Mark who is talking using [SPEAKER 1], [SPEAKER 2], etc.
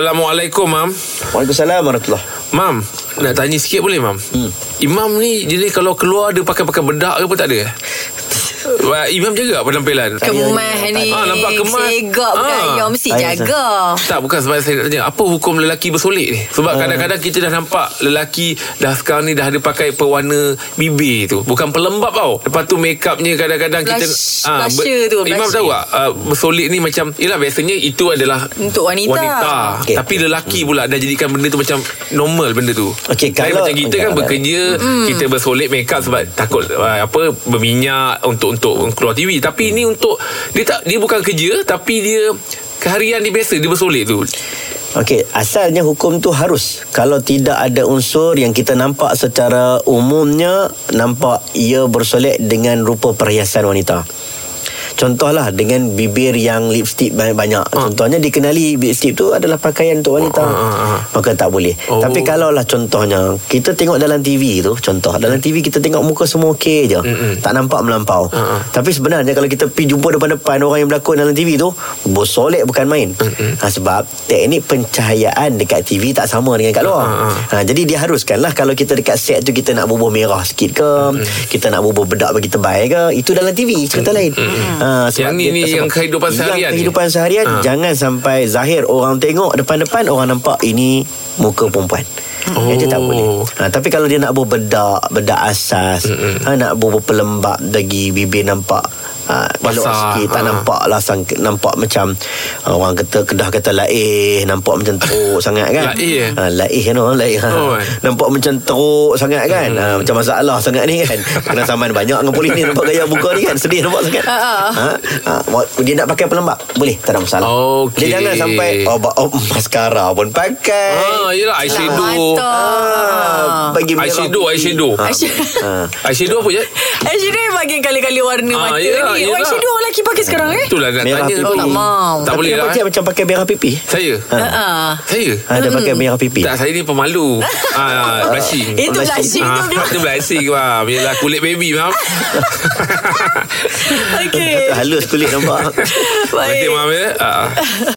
[SPEAKER 1] Assalamualaikum, Mam.
[SPEAKER 2] Waalaikumsalam warahmatullah.
[SPEAKER 1] Mam, nak tanya sikit boleh, Mam? Hmm. Imam ni, dia ni kalau keluar dia pakai-pakai bedak ke apa tak ada? Wah, Imam jaga tak penampilan?
[SPEAKER 3] Kemah ni
[SPEAKER 1] Ah, nampak kemas.
[SPEAKER 3] Segak bukan
[SPEAKER 1] Ah.
[SPEAKER 3] ah. Yang mesti
[SPEAKER 2] Saya
[SPEAKER 3] jaga
[SPEAKER 1] Tak bukan sebab saya nak tanya Apa hukum lelaki bersolek ni
[SPEAKER 3] Ah.
[SPEAKER 1] Sebab kadang-kadang kita dah nampak Lelaki dah sekarang ni Dah ada pakai pewarna bibir tu Bukan pelembab tau Lepas tu make upnya kadang-kadang kita Ah,
[SPEAKER 3] Blush- blusher tu,
[SPEAKER 1] Imam
[SPEAKER 3] blushing.
[SPEAKER 1] tahu tak uh, Bersolek ni macam Yelah biasanya itu adalah
[SPEAKER 3] Untuk wanita.
[SPEAKER 1] wanita. Okay.
[SPEAKER 2] Okey.
[SPEAKER 1] Tapi lelaki pula Dah jadikan benda tu macam Normal benda tu Lain
[SPEAKER 2] Okey, kalau- Ya,
[SPEAKER 1] Macam kita kan
[SPEAKER 2] kalau-
[SPEAKER 1] bekerja Kita bersolek make up Sebab takut uh, Apa Berminyak Untuk untuk keluar TV Tapi ini untuk Dia tak dia bukan kerja Tapi dia Keharian dia biasa Dia bersolek tu
[SPEAKER 2] Okey, asalnya hukum tu harus. Kalau tidak ada unsur yang kita nampak secara umumnya nampak ia bersolek dengan rupa perhiasan wanita. Contohlah dengan bibir yang lipstick banyak-banyak. Contohnya dikenali lipstick tu adalah pakaian untuk wanita.
[SPEAKER 1] Ah, ah, ah.
[SPEAKER 2] Maka tak boleh.
[SPEAKER 1] Oh.
[SPEAKER 2] Tapi kalaulah contohnya kita tengok dalam TV tu, contoh dalam TV kita tengok muka semua okey je.
[SPEAKER 1] Mm-mm.
[SPEAKER 2] Tak nampak melampau.
[SPEAKER 1] Ah, ah.
[SPEAKER 2] Tapi sebenarnya kalau kita pergi jumpa depan-depan orang yang berlakon dalam TV tu, bersolek bukan main. Ha, sebab teknik pencahayaan dekat TV tak sama dengan kat luar.
[SPEAKER 1] Ah, ah.
[SPEAKER 2] Ha, jadi dia haruskanlah kalau kita dekat set tu kita nak bubuh merah sikit ke, kita nak bubuh bedak bagi tebal ke, itu dalam TV cerita lain. Ha,
[SPEAKER 1] Yang ni-
[SPEAKER 2] dia
[SPEAKER 1] ni
[SPEAKER 2] tak
[SPEAKER 1] yang
[SPEAKER 2] sama.
[SPEAKER 1] kehidupan
[SPEAKER 2] Yang
[SPEAKER 1] seharian ni.
[SPEAKER 2] kehidupan seharian
[SPEAKER 1] Ah.
[SPEAKER 2] jangan sampai zahir orang tengok depan-depan orang nampak ini muka perempuan.
[SPEAKER 1] Oh.
[SPEAKER 2] Oh. Dia tak boleh. Ha, tapi kalau dia nak berbedak, bedak asas, ha, nak berpelembab lagi bibir nampak ha, elok
[SPEAKER 1] Basah,
[SPEAKER 2] sikit, tak
[SPEAKER 1] ha.
[SPEAKER 2] nampak lah sang, nampak macam ha, orang kata kedah kata laih, nampak macam teruk sangat kan.
[SPEAKER 1] Laih, eh?
[SPEAKER 2] Ha, laih kan orang laih. Ha.
[SPEAKER 1] Oh,
[SPEAKER 2] Oh,
[SPEAKER 1] eh.
[SPEAKER 2] nampak macam teruk sangat kan.
[SPEAKER 1] Hmm.
[SPEAKER 2] Ha, macam masalah sangat ni kan. Kena saman banyak dengan polis ni nampak gaya buka ni kan. Sedih nampak sangat.
[SPEAKER 3] Ha, ha.
[SPEAKER 2] Ha? Ha? wa- Dia nak pakai pelembab Boleh tak ada masalah
[SPEAKER 1] Okey.
[SPEAKER 2] Dia jangan sampai oh, ba- oh, Mascara pun pakai
[SPEAKER 1] Ah, yelah eyeshadow.
[SPEAKER 3] Mata
[SPEAKER 2] Ah, bagi merah
[SPEAKER 1] Eyeshadow,
[SPEAKER 2] putih.
[SPEAKER 1] eyeshadow.
[SPEAKER 2] Ha,
[SPEAKER 3] Eyeshadow.
[SPEAKER 2] ha.
[SPEAKER 1] Eyeshadow apa je?
[SPEAKER 3] Eyeshadow yang bagian kali-kali warna
[SPEAKER 1] Ah,
[SPEAKER 3] mata
[SPEAKER 1] yelah,
[SPEAKER 3] ni
[SPEAKER 1] yelah.
[SPEAKER 3] Oh eyeshadow orang laki pakai sekarang eh
[SPEAKER 1] Itulah nak
[SPEAKER 2] Merah
[SPEAKER 1] tanya
[SPEAKER 2] pipi.
[SPEAKER 1] tu.
[SPEAKER 2] Oh, tak
[SPEAKER 3] mau.
[SPEAKER 1] Tak
[SPEAKER 2] Tapi
[SPEAKER 1] boleh lah.
[SPEAKER 2] nampak dia macam pakai merah pipi
[SPEAKER 1] Saya?
[SPEAKER 3] Ah.
[SPEAKER 1] Saya?
[SPEAKER 2] ha, Dia pakai merah pipi
[SPEAKER 1] Tak, saya ni pemalu. ah, blushing.
[SPEAKER 3] Itu blushing tu
[SPEAKER 1] Ah,
[SPEAKER 3] memang.
[SPEAKER 1] Itu blushing, mam. Yelah, kulit baby, mam.
[SPEAKER 3] Okey
[SPEAKER 2] Halus kulit nampak
[SPEAKER 3] Baik
[SPEAKER 1] Nanti, mam, ya. Ah.